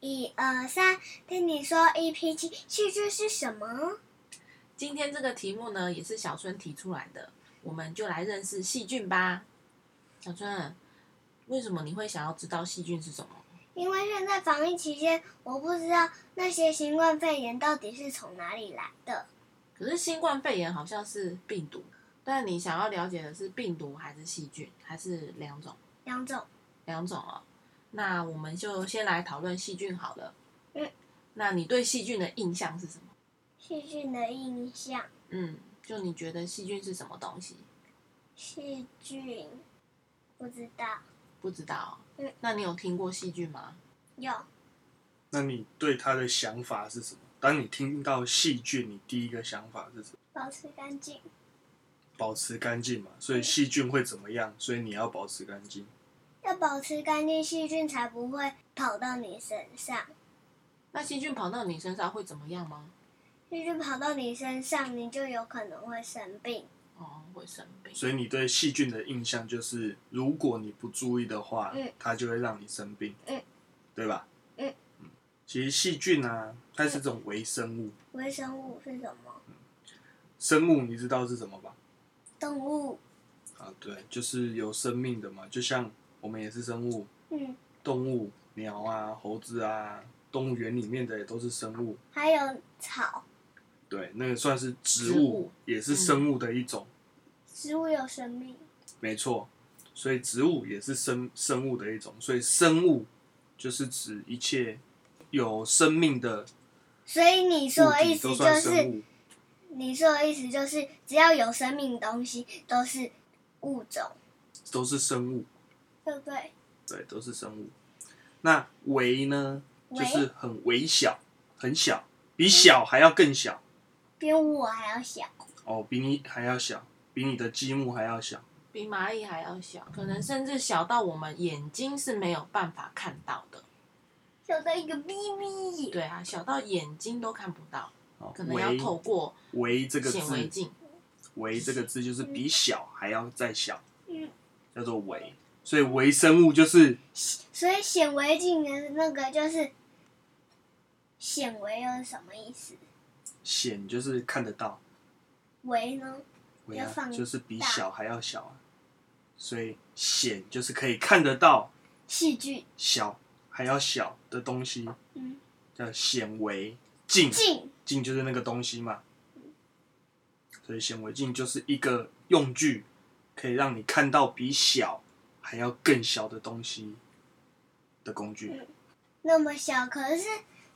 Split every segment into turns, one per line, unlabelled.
一二三，听你说 EP 七，戏剧是什么？
今天这个题目呢，也是小春提出来的，我们就来认识细菌吧。小春，为什么你会想要知道细菌是什么？
因为现在防疫期间，我不知道那些新冠肺炎到底是从哪里来的。
可是新冠肺炎好像是病毒，但你想要了解的是病毒还是细菌，还是两种？
两种，
两种哦。那我们就先来讨论细菌好了。
嗯，
那你对细菌的印象是什么？
细菌的印象，
嗯，就你觉得细菌是什么东西？
细菌不知道
不知道哦。
嗯
那你有听过细菌吗？
有
那你对他的想法是什么？当你听到细菌，你第一个想法是什么？
保持干净，
保持干净嘛，所以细菌会怎么样？所以你要保持干净。
要保持干净，细菌才不会跑到你身上。
那细菌跑到你身上会怎么样吗？
细菌跑到你身上，你就有可能会生病。
哦，会生病。
所以你对细菌的印象就是，如果你不注意的话，
嗯
它就会让你生病，
嗯
对吧？
嗯
其实细菌啊，它是种微生物，
微生物是什么？
生物你知道是什么吧？
动物。
啊，对，就是有生命的嘛，就像我们也是生物，
嗯，
动物、鸟啊、猴子啊，动物园里面的也都是生物。
还有草。
对，那个算是
植
植物
物，
也
嗯
是生物的一种，
植物有生命，
没错。所以植物也是生生物的一种，所以生物就是指一切有生命的物
所以你说的意
体
思
都
就
算生
是，
物。
你说的意思就是，只要有生命的东西都是物种，
都是生物，
对不对？
对，都是生物。那微呢，
微
就是很微小，很小，
嗯
比小还要更小
比我还要小，
哦，比你还要小，比你的积木还要小。
比蚂蚁还要小，可能甚至小到我们眼睛是没有办法看到的。
小到一个咪咪眼。
对啊，小到眼睛都看不到，
哦
可能要透过
微微这个
显微
字，
镜。
微这个字就是比小还要再小。
嗯，
叫做微，所以微生物就是
所以显微镜的那个就是显微又是什么意思？
显，就是看得到，
微呢？
微
要放
啊，
大
就是比小还要小啊，所以显就是可以看得到
细菌。
小还要小的东西，
嗯，
叫显微镜，
镜
镜就是那个东西嘛，所以显微镜就是一个用具，可以让你看到比小还要更小的东西的工
嗯
具。
那么小，可是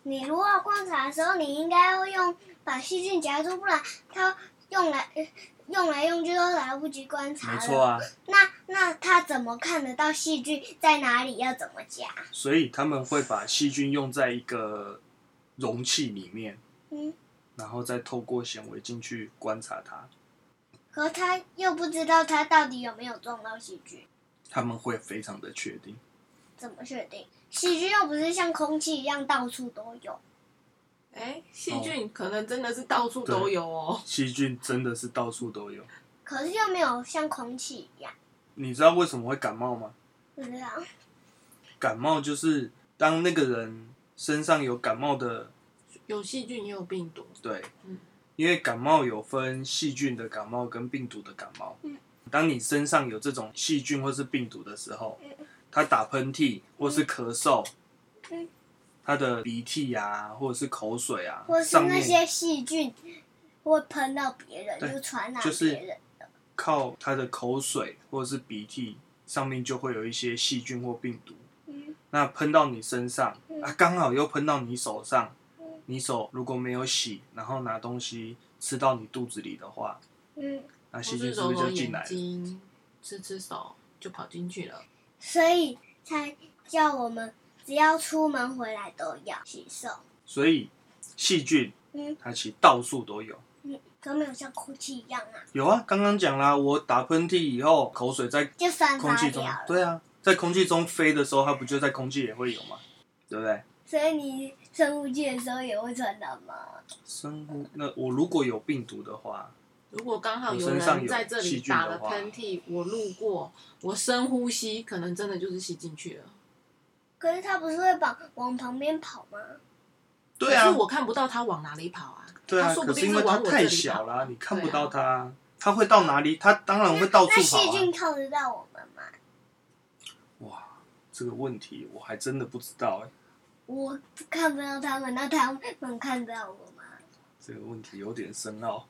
你如果要观察的时候，你应该要用把细菌夹住，不然它用来呃用来用去都来不及观察
没
了。
错啊，
那那它怎么看得到细菌在哪里？要怎么夹？
所以他们会把细菌用在一个容器里面。
嗯，
然后再透过显微镜去观察它，
可它又不知道它到底有没有撞到细菌，
他们会非常的确定。
怎么确定？细菌又不是像空气一样到处都有。
哎，细菌可能真的是到处都有哦。
细菌真的是到处都有。
可是又没有像空气一样，
你知道为什么会感冒吗？
不知道
感冒就是当那个人身上有感冒的，
有细菌也有病毒，
对
嗯，
因为感冒有分细菌的感冒跟病毒的感冒
嗯。
当你身上有这种细菌或是病毒的时候
嗯，
他打喷嚏或是咳嗽
嗯，
他的鼻涕啊，或者是口水啊，
或是
上
那
面
些细菌会喷到别人，
对
就传染
就是
别人。
靠它的口水或者是鼻涕上面就会有一些细菌或病毒，
嗯
那喷到你身上
嗯
啊，刚好又喷到你手上
嗯，
你手如果没有洗，然后拿东西吃到你肚子里的话，
嗯，
那
或
细
是
菌是
揉
不是
揉
就进来
眼
了？
睛、吃吃手就跑进去了。
所以才叫我们只要出门回来都要洗手。
所以细菌
嗯
它其实到处都有。
嗯，可没有像空气一样啊，
有啊，刚刚讲啦，我打喷嚏以后，口水在
就散
空
发
气
掉
中
了，。
对啊，在空气中飞的时候，它不就在空气也会有吗？对不对？
所以你生物界的时候也会传染吗？
生物，那我如果有病毒的话，
如果刚好
我
有
身上
人
有
在这里
细菌的
打了
话
喷嚏，我路过，我深呼吸，可能真的就是吸进去了。
可是它不是会往往旁边跑吗？
对
可
啊
是，我看不到它往哪里跑啊。
对啊，
它说不
可是
定
因为它
往我这
太
里
小
跑。
啦，你看不到它啊，它会到哪里？它当然会到处
那
跑
细
啊。
菌靠得到我们吗？
哇，这个问题我还真的不知道哎、
我看不到它们，那它们看得到我吗？
这个问题有点深奥。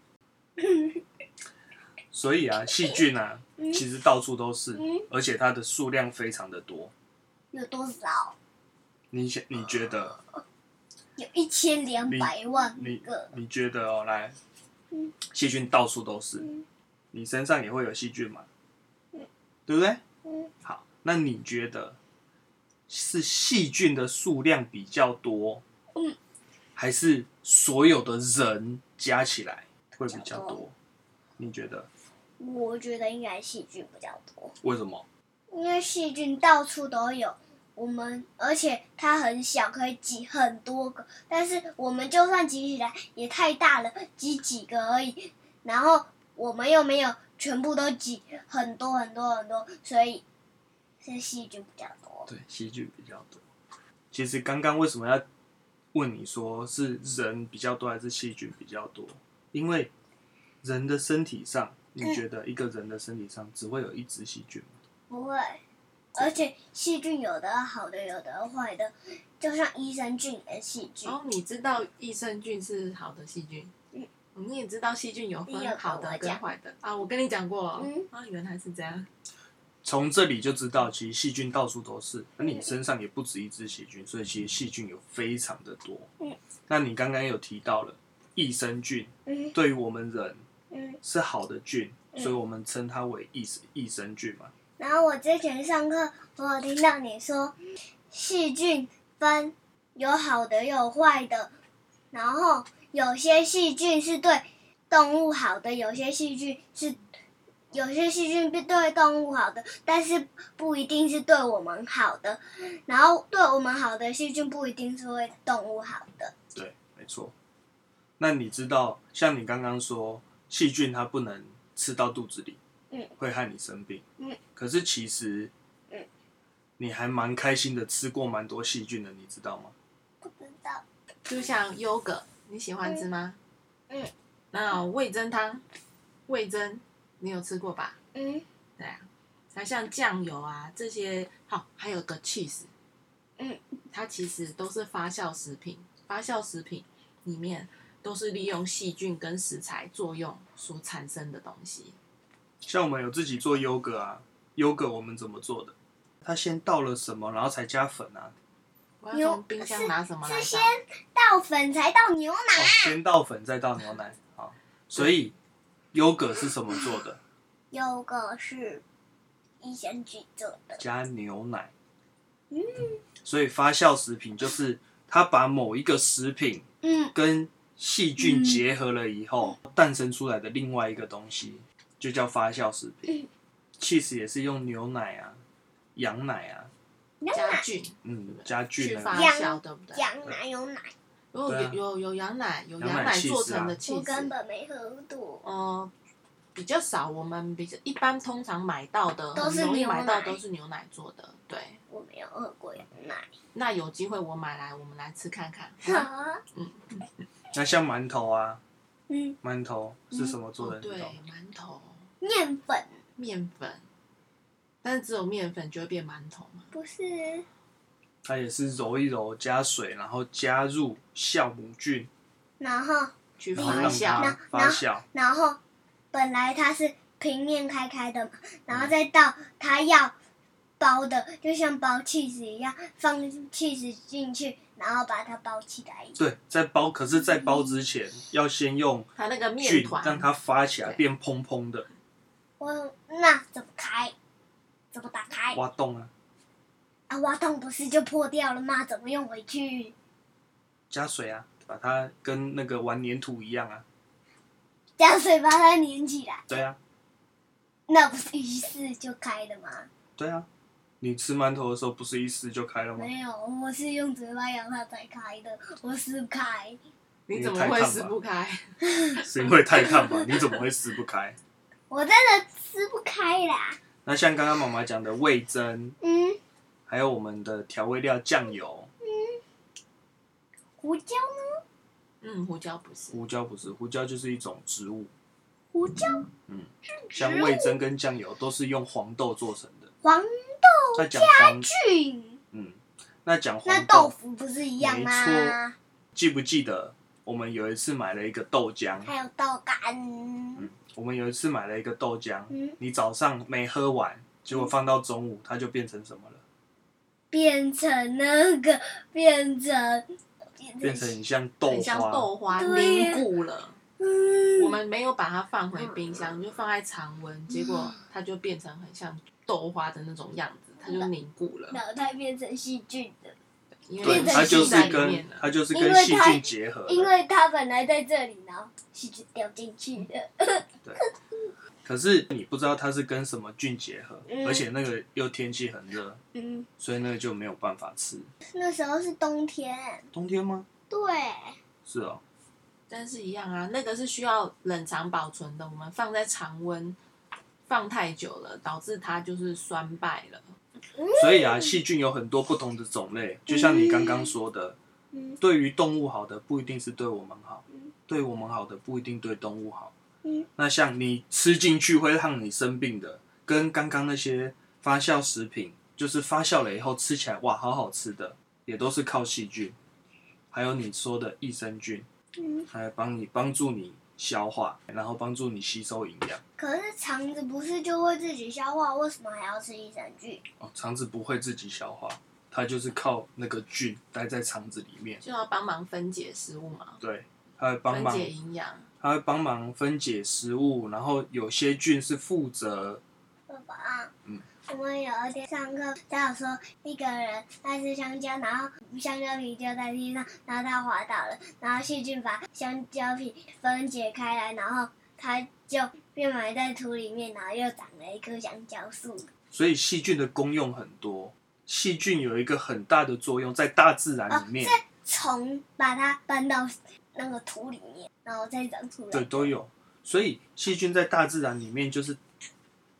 所以 啊，细菌啊，
嗯
其实到处都是
嗯，
而且它的数量非常的多。
有多少？
你想，你觉得？
啊有一千两百万
你
个。
你觉得哦，来
嗯，
细菌到处都是
嗯，
你身上也会有细菌嘛，对不对？
嗯，
好，那你觉得是细菌的数量比较多，
嗯，
还是所有的人加起来会比较
比较
多
多？
你觉得
我觉得应该细菌比较多，
为什么？
因为细菌到处都有。我们而且它很小，可以挤很多个，但是我们就算挤起来也太大了，挤几个而已。然后我们又没有全部都挤很多很多很多，所以是细菌比较多。
对，细菌比较多。其实刚刚为什么要问你说是人比较多还是细菌比较多？因为人的身体上，
嗯
你觉得一个人的身体上只会有一只细菌吗？
不会，而且细菌有的好的，有的坏的，就像益生菌也是细菌，
哦，你知道益生菌是好的细菌，
嗯
你也知道细菌有
你有
分
跟
好
我
的跟
讲
坏的啊。我跟你讲过哦，
嗯
啊，原来是这样。
从这里就知道，其实细菌到处都是，那
嗯
你身上也不止一只细菌，所以其实细菌有非常的多。
嗯，
那你刚刚有提到了益生菌，
嗯
对于我们人
嗯。
是好的菌，
嗯
所以我们称它为益益生菌嘛。
然后我之前上课，我有听到你说，细菌分呃有好的有坏的，然后有些细菌是对动物好的，有些细菌是有些细菌是对动物好的，但是不一定是对我们好的。然后对我们好的细菌不一定是对动物好的。
对，没错。那你知道，像你刚刚说，细菌它不能吃到肚子里，
嗯，
会害你生病，
嗯。
可是其实，
嗯，
你还蛮开心的，吃过蛮多细菌的，你知道吗？
不知道，
就像优格，你喜欢吃吗？
嗯嗯
那味噌汤，味噌你有吃过吧？
嗯
对啊，那像酱油啊这些，好、还有个 cheese，
嗯，
它其实都是发酵食品，发酵食品里面都是利用细菌跟食材作用所产生的东西。
像我们有自己做优格啊，优格我们怎么做的？它先倒了什么，然后才加粉啊？
我要
牛
从冰箱拿什么来
是
倒？
先倒粉才倒牛奶。
哦，先倒粉，再倒牛奶。好，所以优格是什么做的？
有个是益生菌做的，
加牛奶。
嗯
所以发酵食品就是它把某一个食品
嗯
跟细菌结合了以后，诞生出来的另外一个东西，就叫发酵食品。cheese 也是用牛奶啊、羊奶啊，
牛
加
奶、
菌
嗯，加
去
菌
发
啊，
酵，对不对？
羊奶、有奶，
如果
对
有
啊
有有羊奶，有
羊
羊
奶
奶做
cheese
成
啊
的
我
cheese，
根本没喝过。
呃，比较少，我们比较一般通常买到的，
都是
很容易
牛
买到
奶
都是牛奶做的。对，
我没有喝过羊奶。
那有机会我买来，我们来吃看看。
啊
那像馒头啊，
嗯，
馒头是什么做
哦
的？，你
对
懂吗，
馒头、
面粉
面粉，但是只有面粉就会变馒头嘛？
不是
它也是揉一揉，加水，然后加入酵母菌，
然后
去
然后
发
让
酵
它
那，
发酵。
然后本来它是平面开开的嘛，然后再倒它要包的，就像包 cheese 一样，放 cheese 进去，然后把它包起来。
对，在包，可是，在包之前、要先用
它那个面
菌
团，
让它发起来，
对
变蓬蓬的，
我那怎么开？怎么打开？
挖洞啊，
啊，挖洞不是就破掉了吗？怎么用回去？
加水啊，把它跟那个玩粘土一样啊，
这样水把它粘起来，
对啊，
那不是一试就开的吗？
对啊。你吃馒头的时候不是一撕就开了吗？
没有，我是用嘴巴咬它才开的，我撕不开。
你
你
怎么
太
会
烫
撕
吧
不开？
是因为太烫吧？ 你怎么会撕不开？
我真的撕不开啦。
那像刚刚妈妈讲的味增，
嗯
还有我们的调味料酱油，
胡椒呢？
嗯，胡椒不是，
胡椒不是，胡椒就是一种植物，
胡椒
像嗯味噌跟酱油都是用黄豆做成的。
黄
那讲黄，
菌，
嗯，那讲
那
黄
豆
豆，
腐不是一样
没
吗
错？记不记得我们有一次买了一个豆浆？
还有豆干，
嗯，我们有一次买了一个豆浆，
嗯，
你早上没喝完，结果放到中午它就变成什么了？
变成那个，变成嗯
变成很像豆
很像
花，
豆花
对
凝固了。
嗯，
我们没有把它放回
嗯
冰箱，就放在常温，结果它就变成很像豆花的那种样子，它就凝固了。
脑袋变成细菌的，
因为
对，
变成
它就
细
是
在里
跟
面了
它就是
因
跟
为
细
它
菌结合的，
因为它本来在这里，然后细菌掉进去了。
可是你不知道它是跟什么菌结合，
嗯
而且那个又天气很热，
嗯，
所以那个就没有办法吃。
那时候是冬天，
冬天吗？
对，
是哦，
但是一样啊，那个是需要冷藏保存的，我们放在常温放太久了，导致它就是酸败了。
所以啊，细菌有很多不同的种类，就像你刚刚说的，
嗯
对于动物好的不一定是对我们好
嗯，
对我们好的不一定对动物好。
嗯
那像你吃进去会让你生病的，跟刚刚那些发酵食品，就是发酵了以后吃起来哇好好吃的，也都是靠细菌，还有你说的益生菌。
嗯，
还帮你帮助你消化，然后帮助你吸收营养。
可是肠子不是就会自己消化，为什么还要吃益生菌？
哦，肠子不会自己消化，它就是靠那个菌待在肠子里面，
就要帮忙分解食物嘛，
对，它会帮
分
忙，
解营养。
它会帮忙分解食物，然后有些菌是负责，
爸爸，
嗯
我们有一天上课，他有说一个人爱吃香蕉，然后香蕉皮掉在地上，然后他滑倒了，然后细菌把香蕉皮分解开来，然后它就被埋在土里面，然后又长了一棵香蕉树。
所以细菌的功用很多。细菌有一个很大的作用，在大自然里面，
虫把它搬到那个土里面，然后再长出来。
对，都有。所以细菌在大自然里面就是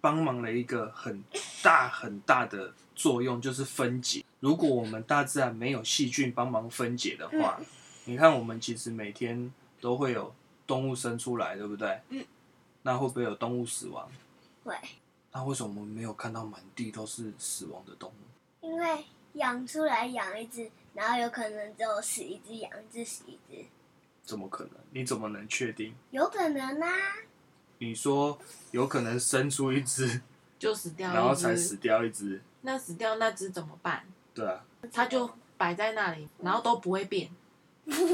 帮忙了一个很大很大的作用，就是分解。如果我们大自然没有细菌帮忙分解的话，你看我们其实每天都会有动物生出来，对不对？
嗯。
那会不会有动物死亡？
会，
那为什么我们没有看到满地都是死亡的动物？
因为养出来养一只，然后有可能只有死一只，养一只死一只，
怎么可能？你怎么能确定？
有可能啊。
你说有可能生出一只，
就死掉一只，
然后才死掉一只，
那死掉那只怎么办？
对啊，
它就摆在那里，然后都不会变，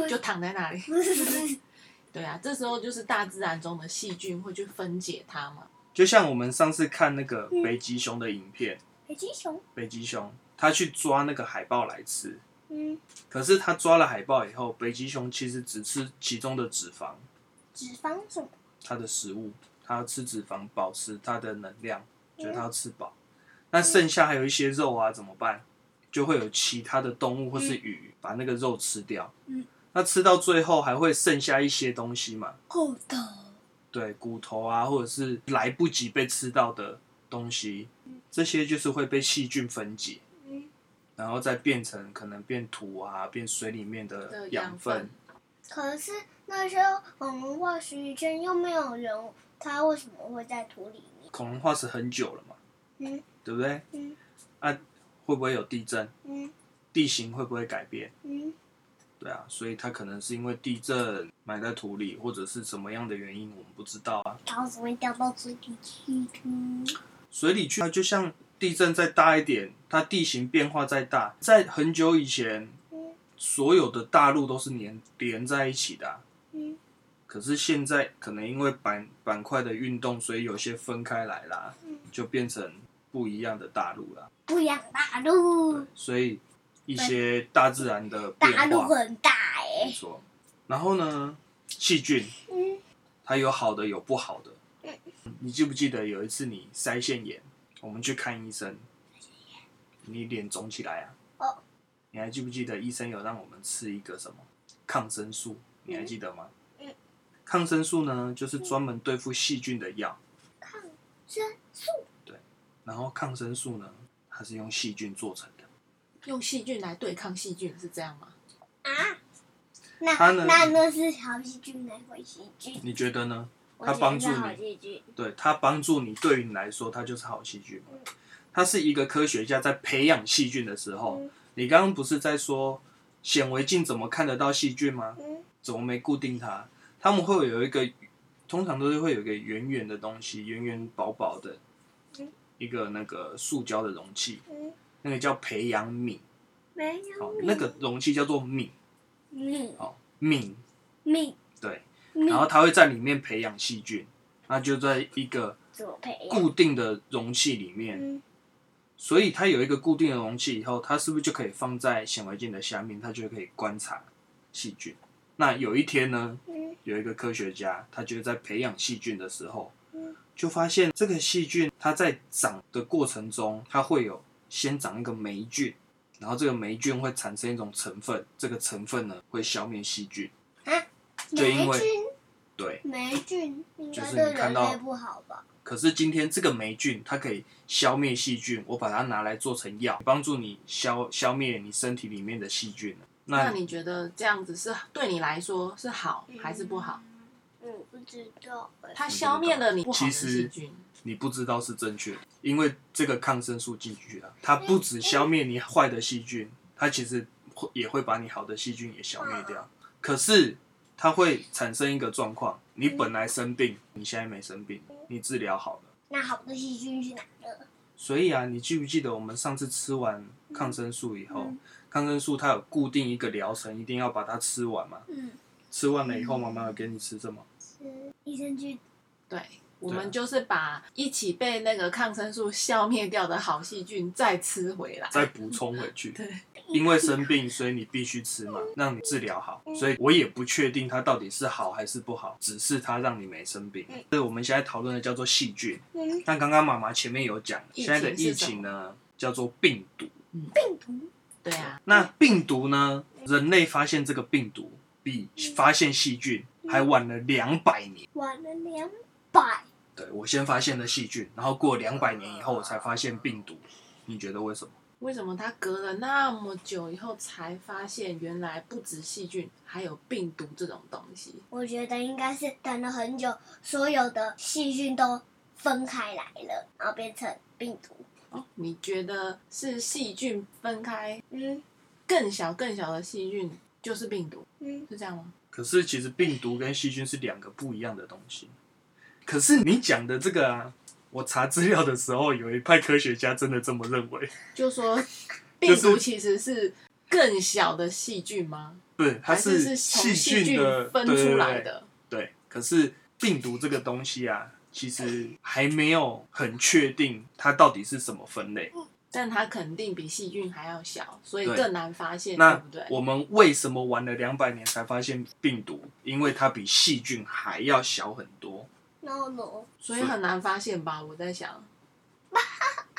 就躺在那里。对啊，这时候就是大自然中的细菌会去分解它嘛。
就像我们上次看那个北极熊的影片，
北极熊，
北极熊它去抓那个海豹来吃，
嗯，
可是它抓了海豹以后，北极熊其实只吃其中的脂肪，
脂肪什么？
它的食物，它要吃脂肪保持它的能量，觉得它要吃饱。那剩下还有一些肉啊，怎么办？就会有其他的动物或是鱼把那个肉吃掉。
嗯，
那吃到最后还会剩下一些东西嘛？
厚的。
对，骨头啊，或者是来不及被吃到的东西，这些就是会被细菌分解，
嗯，
然后再变成可能变土啊，变水里面的
的
养
养
分
分。
可是那时候我们画十一圈又没有人，它为什么会在土里面？
恐龙化石很久了嘛，
嗯
对不对？
嗯
啊，会不会有地震？
嗯
地形会不会改变？
嗯
对啊，所以它可能是因为地震埋在土里，或者是什么样的原因，我们不知道啊。
然后怎么会掉到水里去的？
水里去，它就像地震再大一点，它地形变化再大，在很久以前
嗯，
所有的大陆都是连连在一起的啊、
嗯
可是现在可能因为板板块的运动，所以有些分开来啦
嗯，
就变成不一样的大陆啦。
不一样大陆
对，，所以一些大自然的变
大陆
化，
很大哎、
没错。然后呢，细菌
嗯，
它有好的有不好的。你记不记得有一次你腮腺炎，我们去看医生，你脸肿起来啊？
哦，
你还记不记得医生有让我们吃一个什么抗生素？你还记得吗？
嗯
抗生素呢，就是专门对付细菌的药。
抗生素
然后抗生素呢，它是用细菌做成的，
用细菌来对抗细菌，是这样吗？
啊？那
它呢
那那是好细菌还是坏细菌？
你觉得呢？
我
它
觉
帮
得
助
是好
你
细菌。
对它帮助你，对于你来说，它就是好细菌
嗯
嘛。它是一个科学家在培养细菌的时候，
嗯
你刚刚不是在说显微镜怎么看得到细菌吗？
嗯
怎么没固定它？他们会有一个，通常都是会有一个圆圆的东西，圆圆薄薄的
嗯，
一个那个塑胶的容器，
嗯，
那个叫培养皿，
没
好
有，嗯
那个容器叫做皿，
米
好皿，
米
对，
米
然后它会在里面培养细菌，那就在一个
左培养。
固定的容器里面。
嗯
所以它有一个固定的容器以后，它是不是就可以放在显微镜的下面，它就可以观察细菌？那有一天呢，
嗯
有一个科学家，他就在培养细菌的时候
嗯，
就发现这个细菌它在长的过程中，它会有先长一个霉菌，然后这个霉菌会产生一种成分，这个成分呢会消灭细菌。
啊，
就因
霉
为
菌
对，
霉菌应
就
该
是
对
你看
人
到
类不好吧？
可是今天这个霉菌它可以消灭细菌，我把它拿来做成药，帮助你消消灭你身体里面的细菌。
那
那
你觉得这样子是对你来说是好还是不好？
嗯，不知道欸。
它消灭了你不好的
其实
细菌，
你不知道是正确的，因为这个抗生素进去啊，它不
哎
止消灭你坏的细菌，它其实会也会把你好的细菌也消灭掉。
嗯
可是它会产生一个状况，你
嗯
本来生病，你现在没生病，你治疗好了。
那好的细菌去哪了？
所以啊，你记不记得我们上次吃完抗生素以后，
嗯
抗生素它有固定一个疗程，一定要把它吃完嘛？
嗯，
吃完了以后，妈妈有给你吃什么？
是益生菌。
对。我
啊
们就是把一起被那个抗生素消灭掉的好细菌再吃回来。
再补充回去。
对，
因为生病，所以你必须吃嘛，让你治疗好。
嗯
所以我也不确定它到底是好还是不好，只是它让你没生病
嗯。
所以我们现在讨论的叫做细菌。
嗯，
那刚刚妈妈前面有讲，
疫情
现在的疫
是什么
情呢叫做病毒。
病毒。
对啊，
那病毒呢，人类发现这个病毒比发现细菌还晚了两百年。
晚了两百，
对我先发现了细菌，然后过两百年以后我才发现病毒。你觉得为什么？
为什么它隔了那么久以后才发现，原来不止细菌，还有病毒这种东西？
我觉得应该是等了很久，所有的细菌都分开来了，然后变成病毒。
哦，你觉得是细菌分开
嗯
更小更小的细菌就是病毒，
嗯，
是这样吗？
可是其实病毒跟细菌是两个不一样的东西。可是你讲的这个啊，我查资料的时候，有一派科学家真的这么认为，
就 说病
就是
毒其实是更小的细菌吗？
对，它
还是从
细
细
菌的
分出来。
对对对
的？
对，可是病毒这个东西啊，其实还没有很确定它到底是什么分类。
但它肯定比细菌还要小，所以
对
更难发现，对
那
不对？
我们为什么玩了两百年才发现病毒？因为它比细菌还要小很多。
然后呢？
所以很难发现吧？我在想，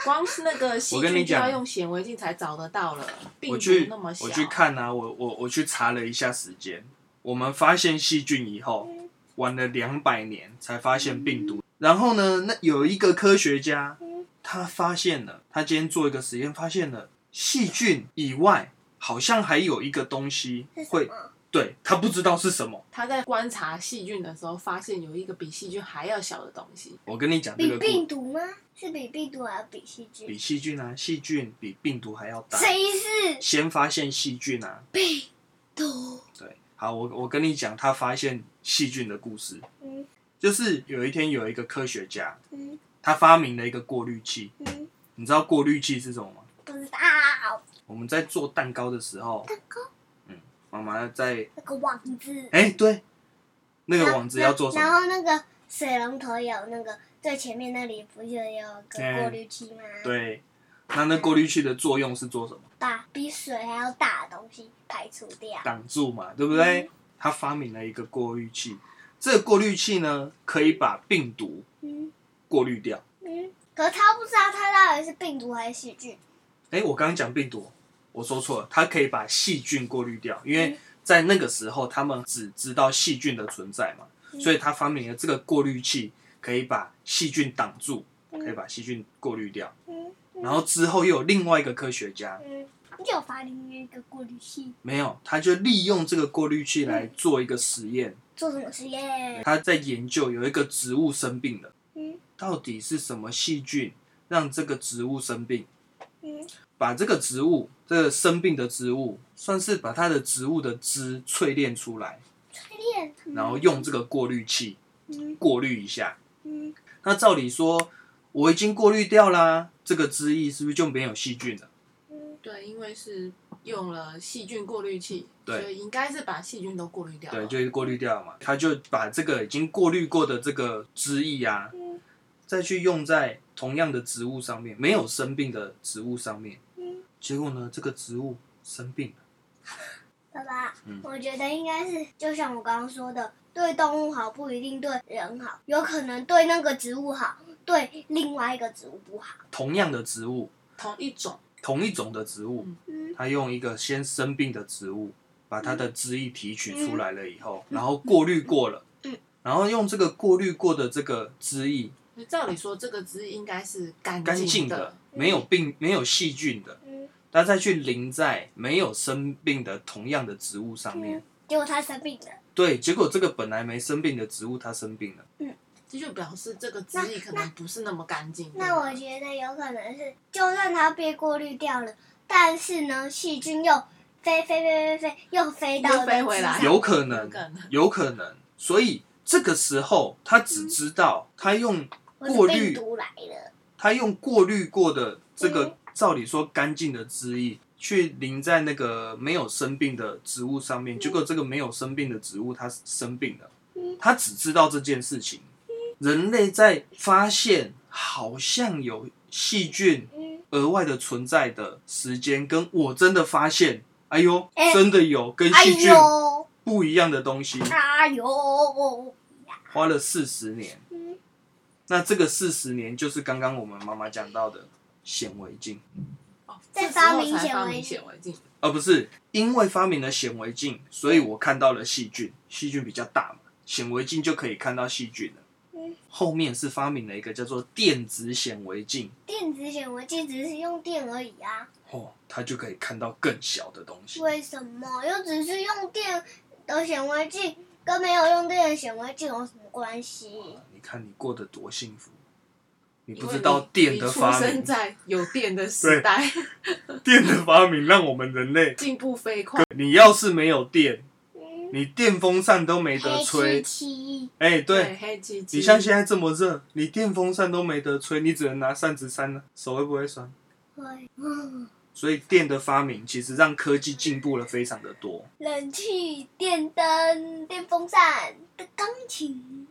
光是那个细
我跟你
菌就
讲
要用显微镜才找得到了，病
我
毒
去
那么小，
我去看啊，我我我去查了一下时间，我们发现细菌以后
嗯，
玩了两百年才发现病毒。然后呢，那有一个科学家
嗯，
他发现了，他今天做一个实验，发现了细菌以外，好像还有一个东西
是什
会，
么？
对他不知道是什么。
他在观察细菌的时候，发现有一个比细菌还要小的东西，
我跟你讲这
比
个故
病毒吗？是比病毒还是比细
比
菌？
细菌啊，细菌比病毒还要大。
谁是
先发现细菌啊，
病毒？
对，好，我我跟你讲他发现细菌的故事。
嗯
就是有一天有一个科学家，
嗯
他发明了一个过滤器。
嗯，
你知道过滤器是什么吗？
不知道
我们在做蛋糕的时候，
蛋糕
妈妈在
那个网子。
哎、对，那个网子要做什
然
么？
后那个水龙头有那个最前面那里不就有个
嗯
过滤器吗？，
对，那那过滤器的作用是做什么？
把比水还要大的东西排除掉。
挡住嘛，对不对？
嗯
他发明了一个过滤器，这个过滤器呢可以把病毒
嗯
过滤掉。
嗯，可是他不知道它到底是病毒还是细菌。
哎、我刚刚讲病毒，我说错了，它可以把细菌过滤掉，因为
嗯
在那个时候他们只知道细菌的存在嘛，
嗯
所以他发明了这个过滤器，可以把细菌挡住，
嗯
可以把细菌过滤掉。
嗯
然后之后又有另外一个科学家，
嗯不就有法里面有一个过滤器？
没有，他就利用这个过滤器
嗯
来做一个实验。
做什么实验？
他在研究有一个植物生病了，
嗯
到底是什么细菌让这个植物生病？
嗯
把这个植物，这个生病的植物，算是把它的植物的汁淬炼出来，
推炼。嗯
然后用这个过滤器
嗯
过滤一下。
嗯
那照理说，我已经过滤掉啦，这个汁液是不是就没有细菌了？
嗯
对，因为是用了细菌过滤器，
对
所以应该是把细菌都过滤掉了。
啊
对，就是过滤掉了嘛。他就把这个已经过滤过的这个汁液啊，
嗯
再去用在同样的植物上面，没有生病的植物上面。
嗯，
结果呢，这个植物生病了。
爸爸，
嗯
我觉得应该是就像我刚刚说的，对动物好不一定对人好，有可能对那个植物好，对另外一个植物不好。
同样的植物，
同一种，
同一种的植物，
嗯
嗯
他用一个先生病的植物，把它的汁液提取出来了以后，然后过滤过了，
嗯
然后用这个过滤过的这个汁液，
照理说这个汁应该是干
干净
的
的，，没有病、没有细菌的，
嗯，
它再去淋在没有生病的同样的植物上面。
结果它生病了，
对，结果这个本来没生病的植物，它生病了。
这就表示这个汁液可能不是那么干净。
那我
对吧
觉得有可能是，就算它被过滤掉了，但是呢，细菌又飞飞飞飞飞，又飞到
又飞回来
了地上
有可能
有可能，
有可能。所以这个时候，他只知道他用
我是
过
病
滤
毒来了。
他用过滤过的这
嗯
个照理说干净的汁液去淋在那个没有生病的植物上面，结果这个没有生病的植物它生病了
嗯，
他只知道这件事情。人类在发现好像有细菌
嗯，
额外的存在的时间，跟我真的发现，哎呦
哎，
真的有跟
哎
细菌
呦，
不一样的东西，
哎呦，
花了四十年。
嗯
那这个四十年就是刚刚我们妈妈讲到的显微镜。
哦
再
这时候
发明
才
显
发
微
明
镜
显微镜，
而不是因为发明了显微镜，所以我看到了细菌。细菌比较大嘛，显微镜就可以看到细菌了。
嗯
后面是发明了一个叫做电子显微镜，
电子显微镜只是用电而已啊，
哦，它就可以看到更小的东西。
为什么又只是用电的显微镜跟没有用电的显微镜有什么关系？
你看你过得多幸福，你
你
不知道电的发
出生
明，
在有电的时代，
电的发明让我们人类，
进步飞快。
你要是没有电，
嗯，
你电风扇都没得
黑
吹
漆。漆，
哎、
对，
对。
黑漆漆。
你像现在这么热，你电风扇都没得吹，你只能拿扇子扇了，手会不会酸？
会，嗯，
所以电的发明其实让科技进步了非常的多，
冷气、电灯、电风扇的钢琴。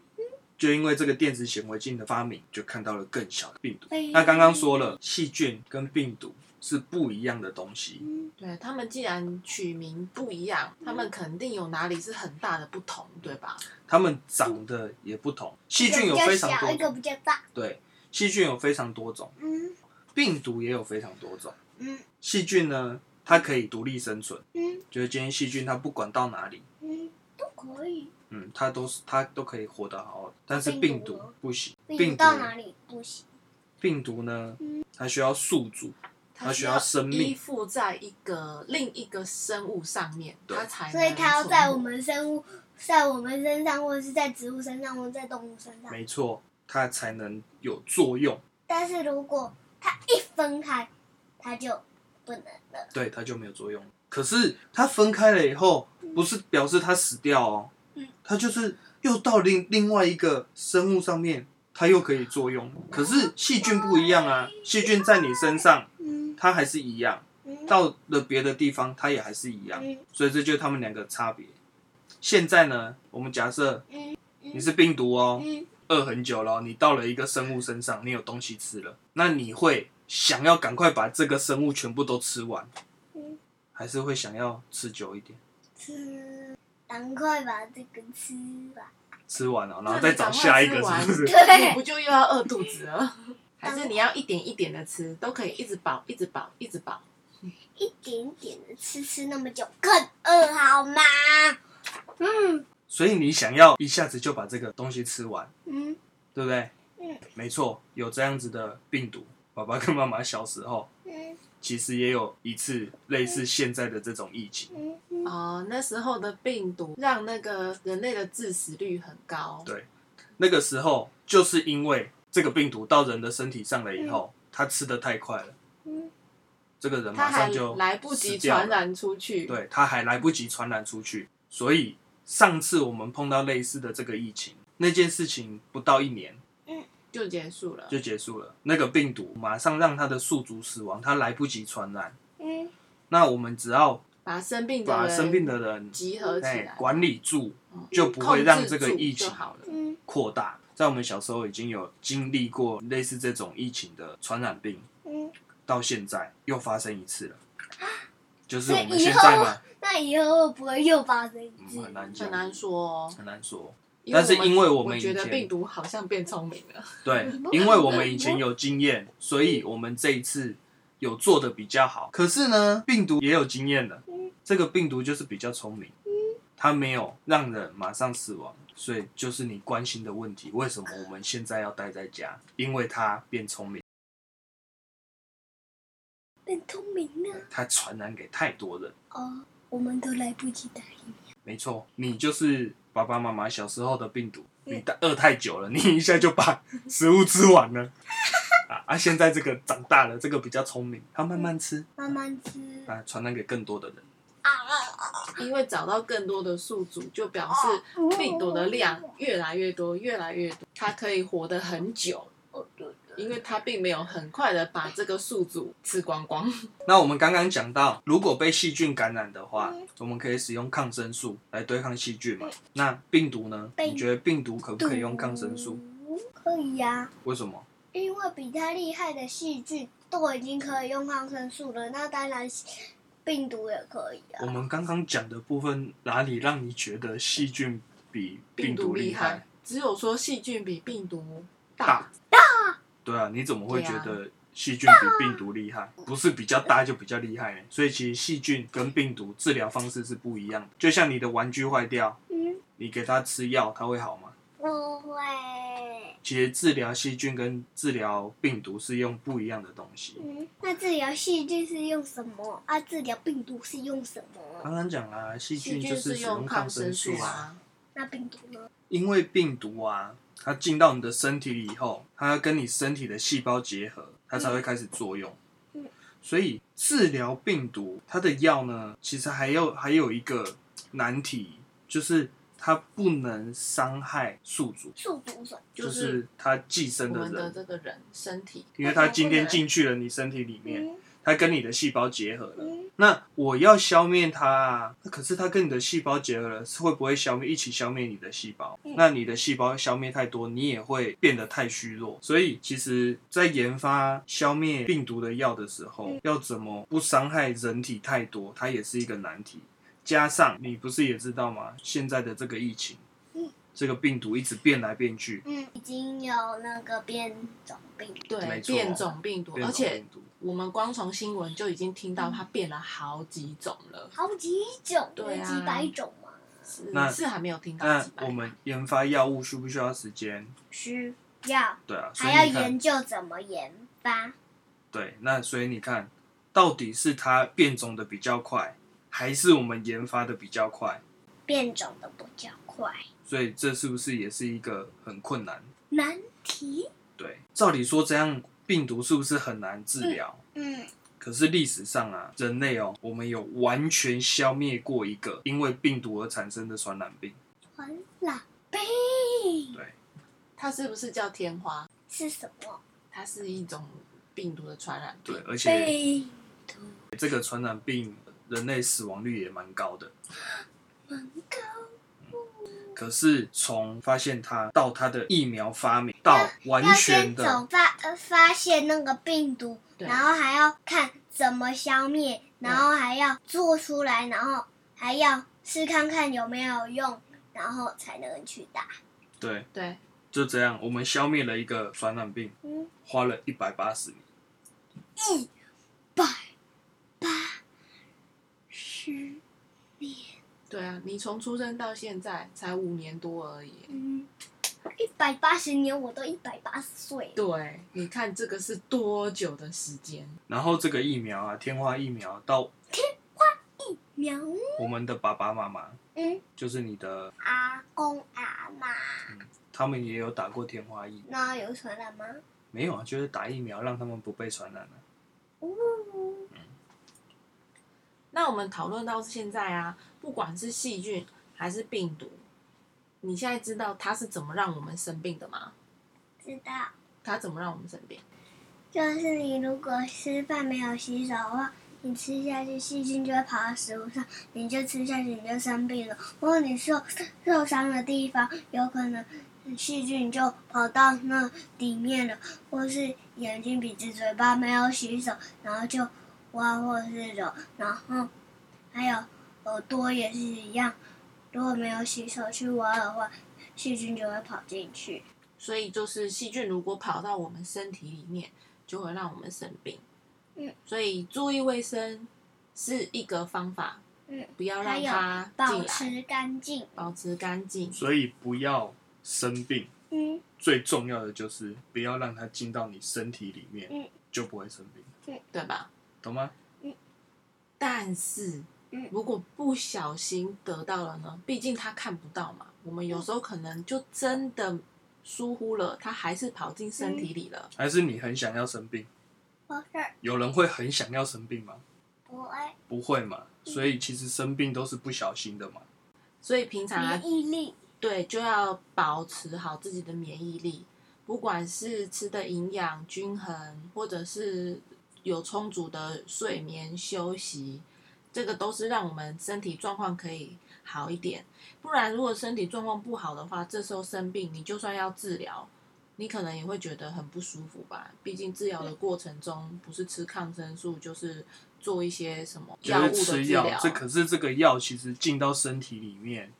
就因为这个电子显微镜的发明，就看到了更小的病毒。
哎
那刚刚，说了，细菌跟病毒是不一样的东西，
嗯
对他们既然取名不一样，他们肯定有哪里是很大的不同，对吧？
它们长得也不同。细菌有
一个
非
比较
常
小，
多
一个
种，
比较大。
对，细菌有非常多种，
嗯
病毒也有非常多种。
嗯
细菌呢，它可以独立生存，
嗯
就是今天细菌它不管到哪里，
嗯，都可以。
嗯，它都是它都可以活得好好的。但是
病
病
毒
毒
呢
不行，
病
病
毒
毒
到哪里嗯不行？
病毒呢，它需要宿主。它需要生命
依附在一个另一个生物上面，
对
它才
所以
能
它要
存
在
活
我们生物，在我们身上，或者是在植物身上，或者在动物身上。
没错，它才能有作用，
但是如果它一分开，它就不能了。
对，它就没有作用。可是它分开了以后，不是表示它死掉哦
嗯，
它就是又到另另外一个生物上面，它又可以作用。可是细菌不一样啊，细菌在你身上，
嗯
它还是一样，
嗯
到了别的地方，它也还是一样，
嗯
所以这就是它们两个差别。现在呢，我们假设
嗯
你是病毒哦，
嗯，
饿很久了哦，你到了一个生物身上，你有东西吃了，那你会想要赶快把这个生物全部都吃完，
嗯
还是会想要吃久一点，
吃，赶快把这个吃完。
吃完了、
那
然后
你
再找
赶快
下一
吃
个，
完
是不 是？
你
对，
不就又要饿肚子 了？还是你要一点一点的吃，都可以一直饱，一直饱，一直饱。
一点点的吃，吃那么久更饿好吗？嗯
所以你想要一下子就把这个东西吃完，
嗯
对不对？
嗯
没错，有这样子的病毒。爸爸跟妈妈小时候
嗯
其实也有一次类似现在的这种疫情。
嗯，
哦，那时候的病毒让那个人类的致死率很高。
对那个时候就是因为这个病毒到人的身体上了以
嗯
后，它吃的太快了，
嗯
这个人
它
马
还
上就
来不及
死掉了
传染出去。，
对，它还来不及传染出去。所以上次我们碰到类似的这个疫情，那件事情不到一年
就结束了。
就结束了，那个病毒马上让它的宿主死亡，它来不及传染。
嗯
那我们只要
把生病的
把
人
生病的人
集合起
哎
来，
管理住
嗯，
就不会让这个疫
控制住
情
就好了。
嗯
扩大。在我们小时候已经有经历过类似这种疫情的传染病，
嗯，
到现在又发生一次了，就是
所以
我们
以
现
后
在呢，
那以后会不会又发生一
嗯
次？
很难讲
很，难说哦。
很难说。
为
但是因为
我
我
们
们
我觉得
以前
病毒好像变聪明了，
对，因为我们以前有经验，所以我们这一次有做的比较好。可是呢，病毒也有经验的，这个病毒就是比较聪明，它没有让人马上死亡，所以就是你关心的问题，为什么我们现在要待在家？因为它变聪明，
变聪明了
它传染给太多人。
哦，我们都来不及打疫苗。
没错，你就是爸爸妈妈小时候的病毒，你饿太久了，你一下就 把食物吃完了。啊啊！现在这个长大了，这个比较聪明，他慢慢吃，
慢慢吃啊
啊，传染给更多的人。
因为找到更多的宿主，就表示病毒的量越来越多，越来越多，它可以活得很久，
哦，对
因为它并没有很快的把这个宿主吃光光。
那我们刚刚讲到，如果被细菌感染的话，
嗯
我们可以使用抗生素来对抗细菌嘛？那病毒呢？
病
你觉得病毒可不可以用抗生素？？
可以呀、
为什么？
因为比它厉害的细菌都已经可以用抗生素了，那当然病毒也可以
我
啊。
们刚刚讲的部分哪里让你觉得细菌比病毒
厉
厉害？，
只有说细菌比病毒
大
大，
对啊，你怎么会觉
对
得细菌比病毒厉害？不是比较大就比较厉害呢？欸所以其实细菌跟病毒治疗方式是不一样的。就像你的玩具坏掉，
嗯，
你给它吃药，它会好吗？
不会。
其实治疗细菌跟治疗病毒是用不一样的东西。
嗯，那治疗细菌是用什么？啊，治疗病毒是用什么？
刚刚讲啦，细
细
菌
菌
就是
是
使
用
抗
抗
生
生
素
素
啊，
啊，
那病毒呢？
因为病毒啊，它进到你的身体以后，它要跟你身体的细胞结合，它才会开始作用
嗯。
所以治疗病毒，它的药呢，其实还有还有一个难题，就是它不能伤害宿主，
宿主水。
就
就是
是它寄生
我
的
们的
人，
这个人身体。
因为它今天进去了你身体里面，
嗯
它跟你的细胞结合了。
嗯，
那我要消灭它啊，可是它跟你的细胞结合了，是会不会消灭一起消灭你的细胞？
嗯
那你的细胞消灭太多，你也会变得太虚弱。所以其实，在研发消灭病毒的药的时候，
嗯
要怎么不伤害人体太多，它也是一个难题。加上你不是也知道吗？现在的这个疫情
嗯，
这个病毒一直变来变去，
嗯，已经有那个变种病毒。
对
没错
变种病毒，
变
而
种
且
病毒。
我们光从新闻就已经听到它变了好几种了，
好几种，
对
有
啊
几百种嘛，
是
那
是还没有听到
那
几百。
我们研发药物需不需要时间？
需要
对啊，所以
还要
你看
研究怎么研发。
对，那所以你看，到底是它变种的比较快，还是我们研发的比较快？
变种的比较快。
所以这是不是也是一个很困难？
难题。
对，照理说这样病毒是不是很难治疗？
嗯
可是历史上啊，人类哦，我们有完全消灭过一个因为病毒而产生的传染病。，
传染病
对，
它是不是叫天花？
是什么？
它是一种病毒的传染
对
病，，
而且
病
这个传染病人类死亡率也蛮高的。
毒高，
可是从发现它到它的疫苗发明，到完
要
全
先
的
总发呃发现那个病毒，
对
然后还要看怎么消灭，然后还要做出来，然后还要试看看有没有用，然后才能去打。
对
对，
就这样，我们消灭了一个传染病，
嗯，
花了一百八十年。
百八十，
对啊，你从出生到现在才五年多而已，
嗯，一百八十年，我都一百八十岁了。
对，你看这个是多久的时间？
然后这个疫苗啊，天花疫苗到
喵，
我们的爸爸妈妈，
嗯，
就是你的，
阿公阿妈，
他们也有打过天花疫，
那有传染吗？
没有啊，就是打疫苗让他们不被传染啊。
哦呜，
那我们讨论到现在啊，不管是细菌还是病毒，你现在知道它是怎么让我们生病的吗？
知道。
它怎么让我们生病？
就是你如果吃饭没有洗手的话，你吃下去细菌就会跑到食物上，你就吃下去你就生病了。或者你受受伤的地方，有可能细菌就跑到那里面了，或是眼睛、鼻子、嘴巴没有洗手，然后就挖或是揉，然后还有耳朵也是一样，如果没有洗手去挖的话，细菌就会跑进去。
所以就是细菌如果跑到我们身体里面，就会让我们生病。
嗯，
所以注意卫生是一个方法，
嗯，
不要
还
让
有
它
保
进来，
持干净。
保持干净。
所以不要生病，
嗯。
最重要的就是不要让它进到你身体里面，
嗯
就不会生病，
对吧？
懂吗？
但是
嗯，
如果不小心得到了呢？毕竟他看不到嘛，我们有时候可能就真的疏忽了，他还是跑进身体里了。
还是你很想要生病？
不是，
有人会很想要生病吗？
不会，
不会嘛。所以其实生病都是不小心的嘛。
所以平常啊
免，疫力
对，就要保持好自己的免疫力，不管是吃的营养均衡，或者是有充足的睡眠休息，这个都是让我们身体状况可以好一点。不然，如果身体状况不好的话，这时候生病，你就算要治疗，你可能也会觉得很不舒服吧。毕竟治疗的过程中，不是吃抗生素，就是做一些什么
就
药物的
是
治
吃
疗
药，。这可是这个药其实进到身体里面，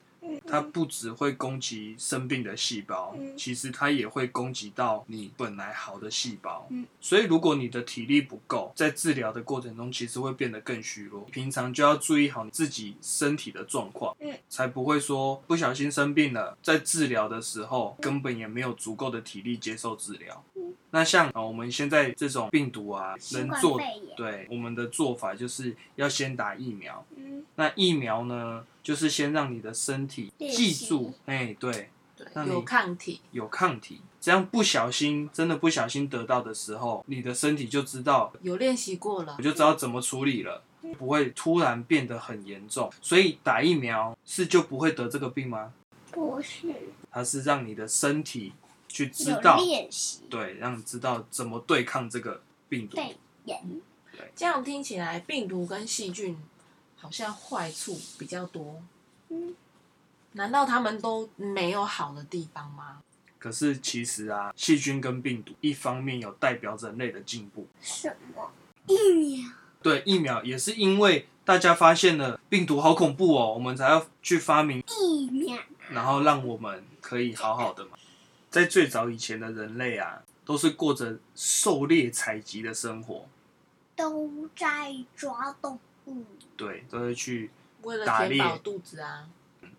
它不只会攻击生病的细胞，
嗯
其实它也会攻击到你本来好的细胞。
嗯
所以如果你的体力不够，在治疗的过程中，其实会变得更虚弱。平常就要注意好你自己身体的状况，
嗯
才不会说不小心生病了，在治疗的时候根本也没有足够的体力接受治疗。那像啊、呃我们现在这种病毒啊，
嗯新
人
冠
做
肺炎，
对，我们的做法就是要先打疫苗。
嗯，
那疫苗呢，就是先让你的身体
练
记
习
住，哎，对，那
对，
你
有抗体。
有抗体。这样不小心，真的不小心得到的时候，你的身体就知道，
有练习过了
我，就知道怎么处理了，不会突然变得很严重。所以打疫苗是就不会得这个病吗？
不是
它是让你的身体去知
有
道，
练习
对，让你知道怎么对抗这个病毒。
肺炎，
这样听起来，病毒跟细菌好像坏处比较多。
嗯，
难道他们都没有好的地方吗？
可是其实啊，细菌跟病毒一方面有代表人类的进步，
什么疫苗？
对疫苗也是因为大家发现了病毒好恐怖哦，我们才要去发明，
疫苗
然后让我们可以好好的嘛。在最早以前的人类啊，都是过着狩猎采集的生活，
都在抓动物，
对，都会去，
为了
打猎
填饱肚子啊，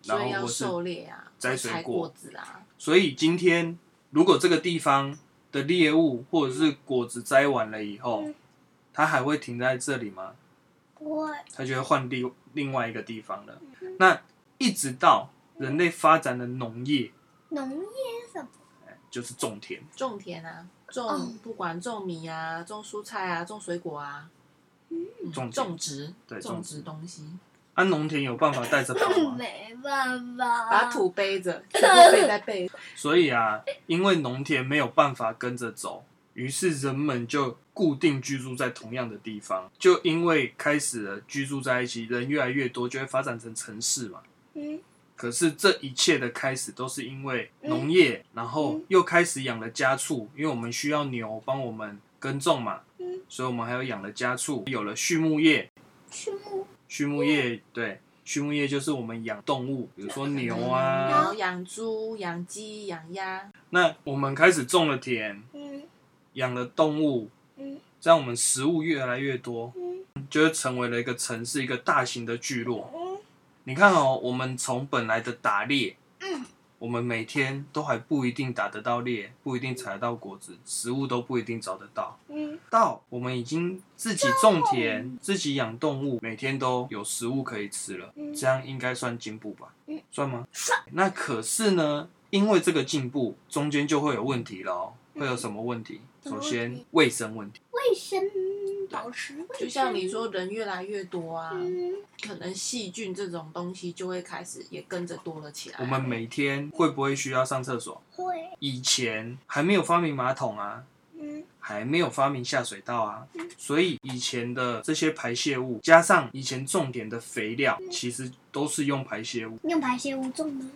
然
所以
后
要
或是
狩猎啊，
摘水
采
果
果子啊。
所以今天如果这个地方的猎物或者是果子摘完了以后
嗯，
它还会停在这里吗？
不会，
它就会换另另外一个地方了。那一直到人类发展的农业，
农业是什么？
就是种田。
种田啊，种、
哦
不管种米啊，种蔬菜啊，种水果啊，嗯
种田
种植，
对
种
种
植东西，
啊，农田有办法带着跑吗？
没办法，
把土 背着，全部背在背上。
所以啊，因为农田没有办法跟着走，于是人们就固定居住在同样的地方。就因为开始了居住在一起，人越来越多，就会发展成城市嘛。
嗯，
可是这一切的开始都是因为农业，然后又开始养了家畜，因为我们需要牛帮我们耕种嘛
嗯，
所以我们还有养了家畜，有了畜牧业，
畜牧
畜牧业对，畜牧业就是我们养动物，比如说牛
然
啊
后。养猪、养鸡、养鸭，
那我们开始种了田，
嗯
养了动物，
嗯
这样我们食物越来越多，
嗯
就会成为了一个城市，一个大型的聚落。
嗯
你看哦，我们从本来的打猎，
嗯
我们每天都还不一定打得到猎，不一定采得到果子，食物都不一定找得到。
嗯，
到我们已经自己种田、自己养动物，每天都有食物可以吃了
嗯，
这样应该算进步吧
嗯？
算吗？那可是呢，因为这个进步中间就会有问题喽。会有什么问题？
嗯什么
首
问
先
题，
卫生问题。
卫生保持卫生，
就像你说，人越来越多啊，
嗯，
可能细菌这种东西就会开始也跟着多了起来。
哎
我们每天会不会需要上厕所？
会，
以前还没有发明马桶啊，
嗯
还没有发明下水道啊，所以以前的这些排泄物，加上以前种田的肥料，
嗯
其实都是用排泄物，
用排泄物种的，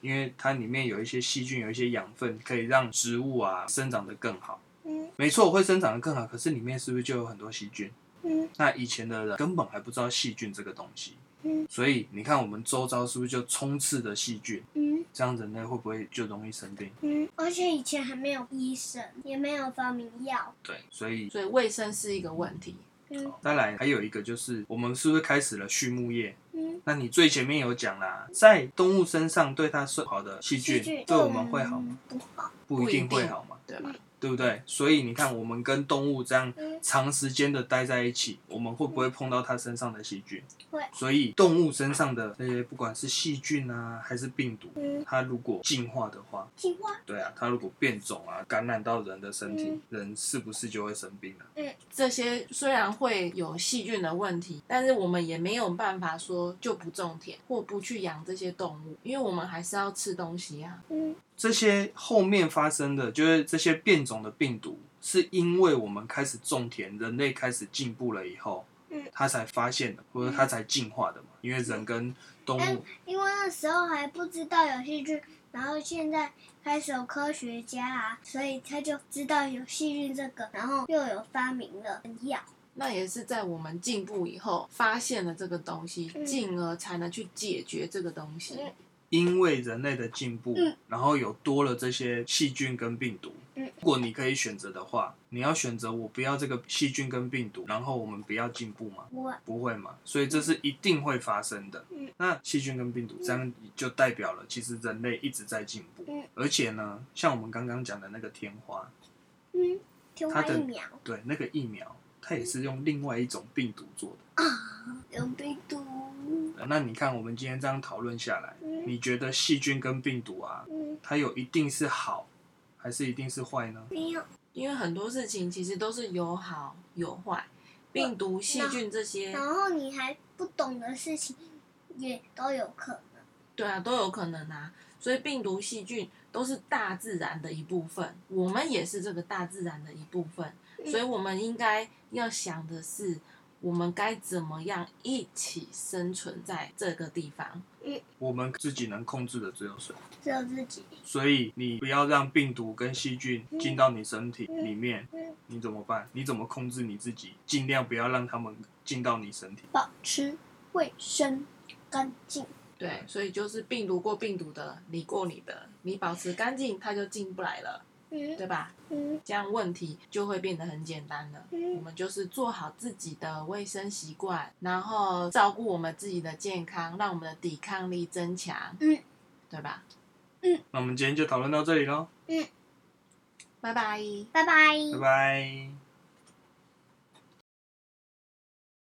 因为它里面有一些细菌，有一些养分，可以让植物啊生长得更好。
嗯
没错，会生长得更好，可是里面是不是就有很多细菌？
嗯
那以前的人根本还不知道细菌这个东西
嗯，
所以你看我们周遭是不是就充斥着细菌？
嗯
这样人类会不会就容易生病？
嗯，而且以前还没有医生，也没有发明药，
对，所以
所以卫生是一个问题。
嗯
再来还有一个就是我们是不是开始了畜牧业？
嗯，
那你最前面有讲啦，在动物身上对它是好的细菌，对我们会好吗？？
嗯不好，
不一定
不一
会
定
好嘛，
对吧？
对不对？所以你看，我们跟动物这样
嗯
长时间的待在一起，我们会不会碰到它身上的细菌？
会
所以动物身上的这些，不管是细菌啊，还是病毒，
嗯，
它如果进化的话，
青蛙，
对啊，它如果变种啊，感染到人的身体
嗯，
人是不是就会生病啊？
这些虽然会有细菌的问题，但是我们也没有办法说就不种田或不去养这些动物，因为我们还是要吃东西啊。
嗯
这些后面发生的，就是这些变种的病毒，是因为我们开始种田，人类开始进步了以后，
嗯
他才发现的，或者他才进化的嘛。因为人跟动
嗯
物，
因为那时候还不知道有细菌，然后现在开始有科学家啊，所以他就知道有细菌这个，然后又有发明了药。
那也是在我们进步以后发现了这个东西，
嗯
进而才能去解决这个东西。
嗯
因为人类的进步，
嗯
然后有多了这些细菌跟病毒。
嗯
如果你可以选择的话，你要选择我不要这个细菌跟病毒，然后我们不要进步吗？
我
不会嘛，所以这是一定会发生的。
嗯
那细菌跟病毒这样就代表了，其实人类一直在进步。
嗯
而且呢，像我们刚刚讲的那个天花，
嗯，天花
它的
疫苗
对那个疫苗，它也是用另外一种病毒做的。
有病毒，
那你看，我们今天这样讨论下来，
嗯
你觉得细菌跟病毒啊，
嗯，
它有一定是好，还是一定是坏呢？
没有，
因为很多事情其实都是有好有坏，病毒、细菌这些，
然后你还不懂的事情也都有可能。
对啊，都有可能啊。所以病毒、细菌都是大自然的一部分，我们也是这个大自然的一部分，
嗯
所以我们应该要想的是，我们该怎么样一起生存在这个地方。
我们自己能控制的只有水，
只有自己，
所以你不要让病毒跟细菌进到你身体
嗯
里面，
嗯，
你怎么办？你怎么控制你自己？尽量不要让他们进到你身体。
保持卫生干净。
对，所以就是病毒过病毒的，你过你的，你保持干净，它就进不来了，
嗯
对吧？
嗯
这样问题就会变得很简单了。我
嗯
们就是做好自己的卫生习惯，然后照顾我们自己的健康，让我们的抵抗力增强，
嗯，
对吧？
那我们今天就讨论到这里喽，
嗯，
拜拜。
拜拜。
拜拜。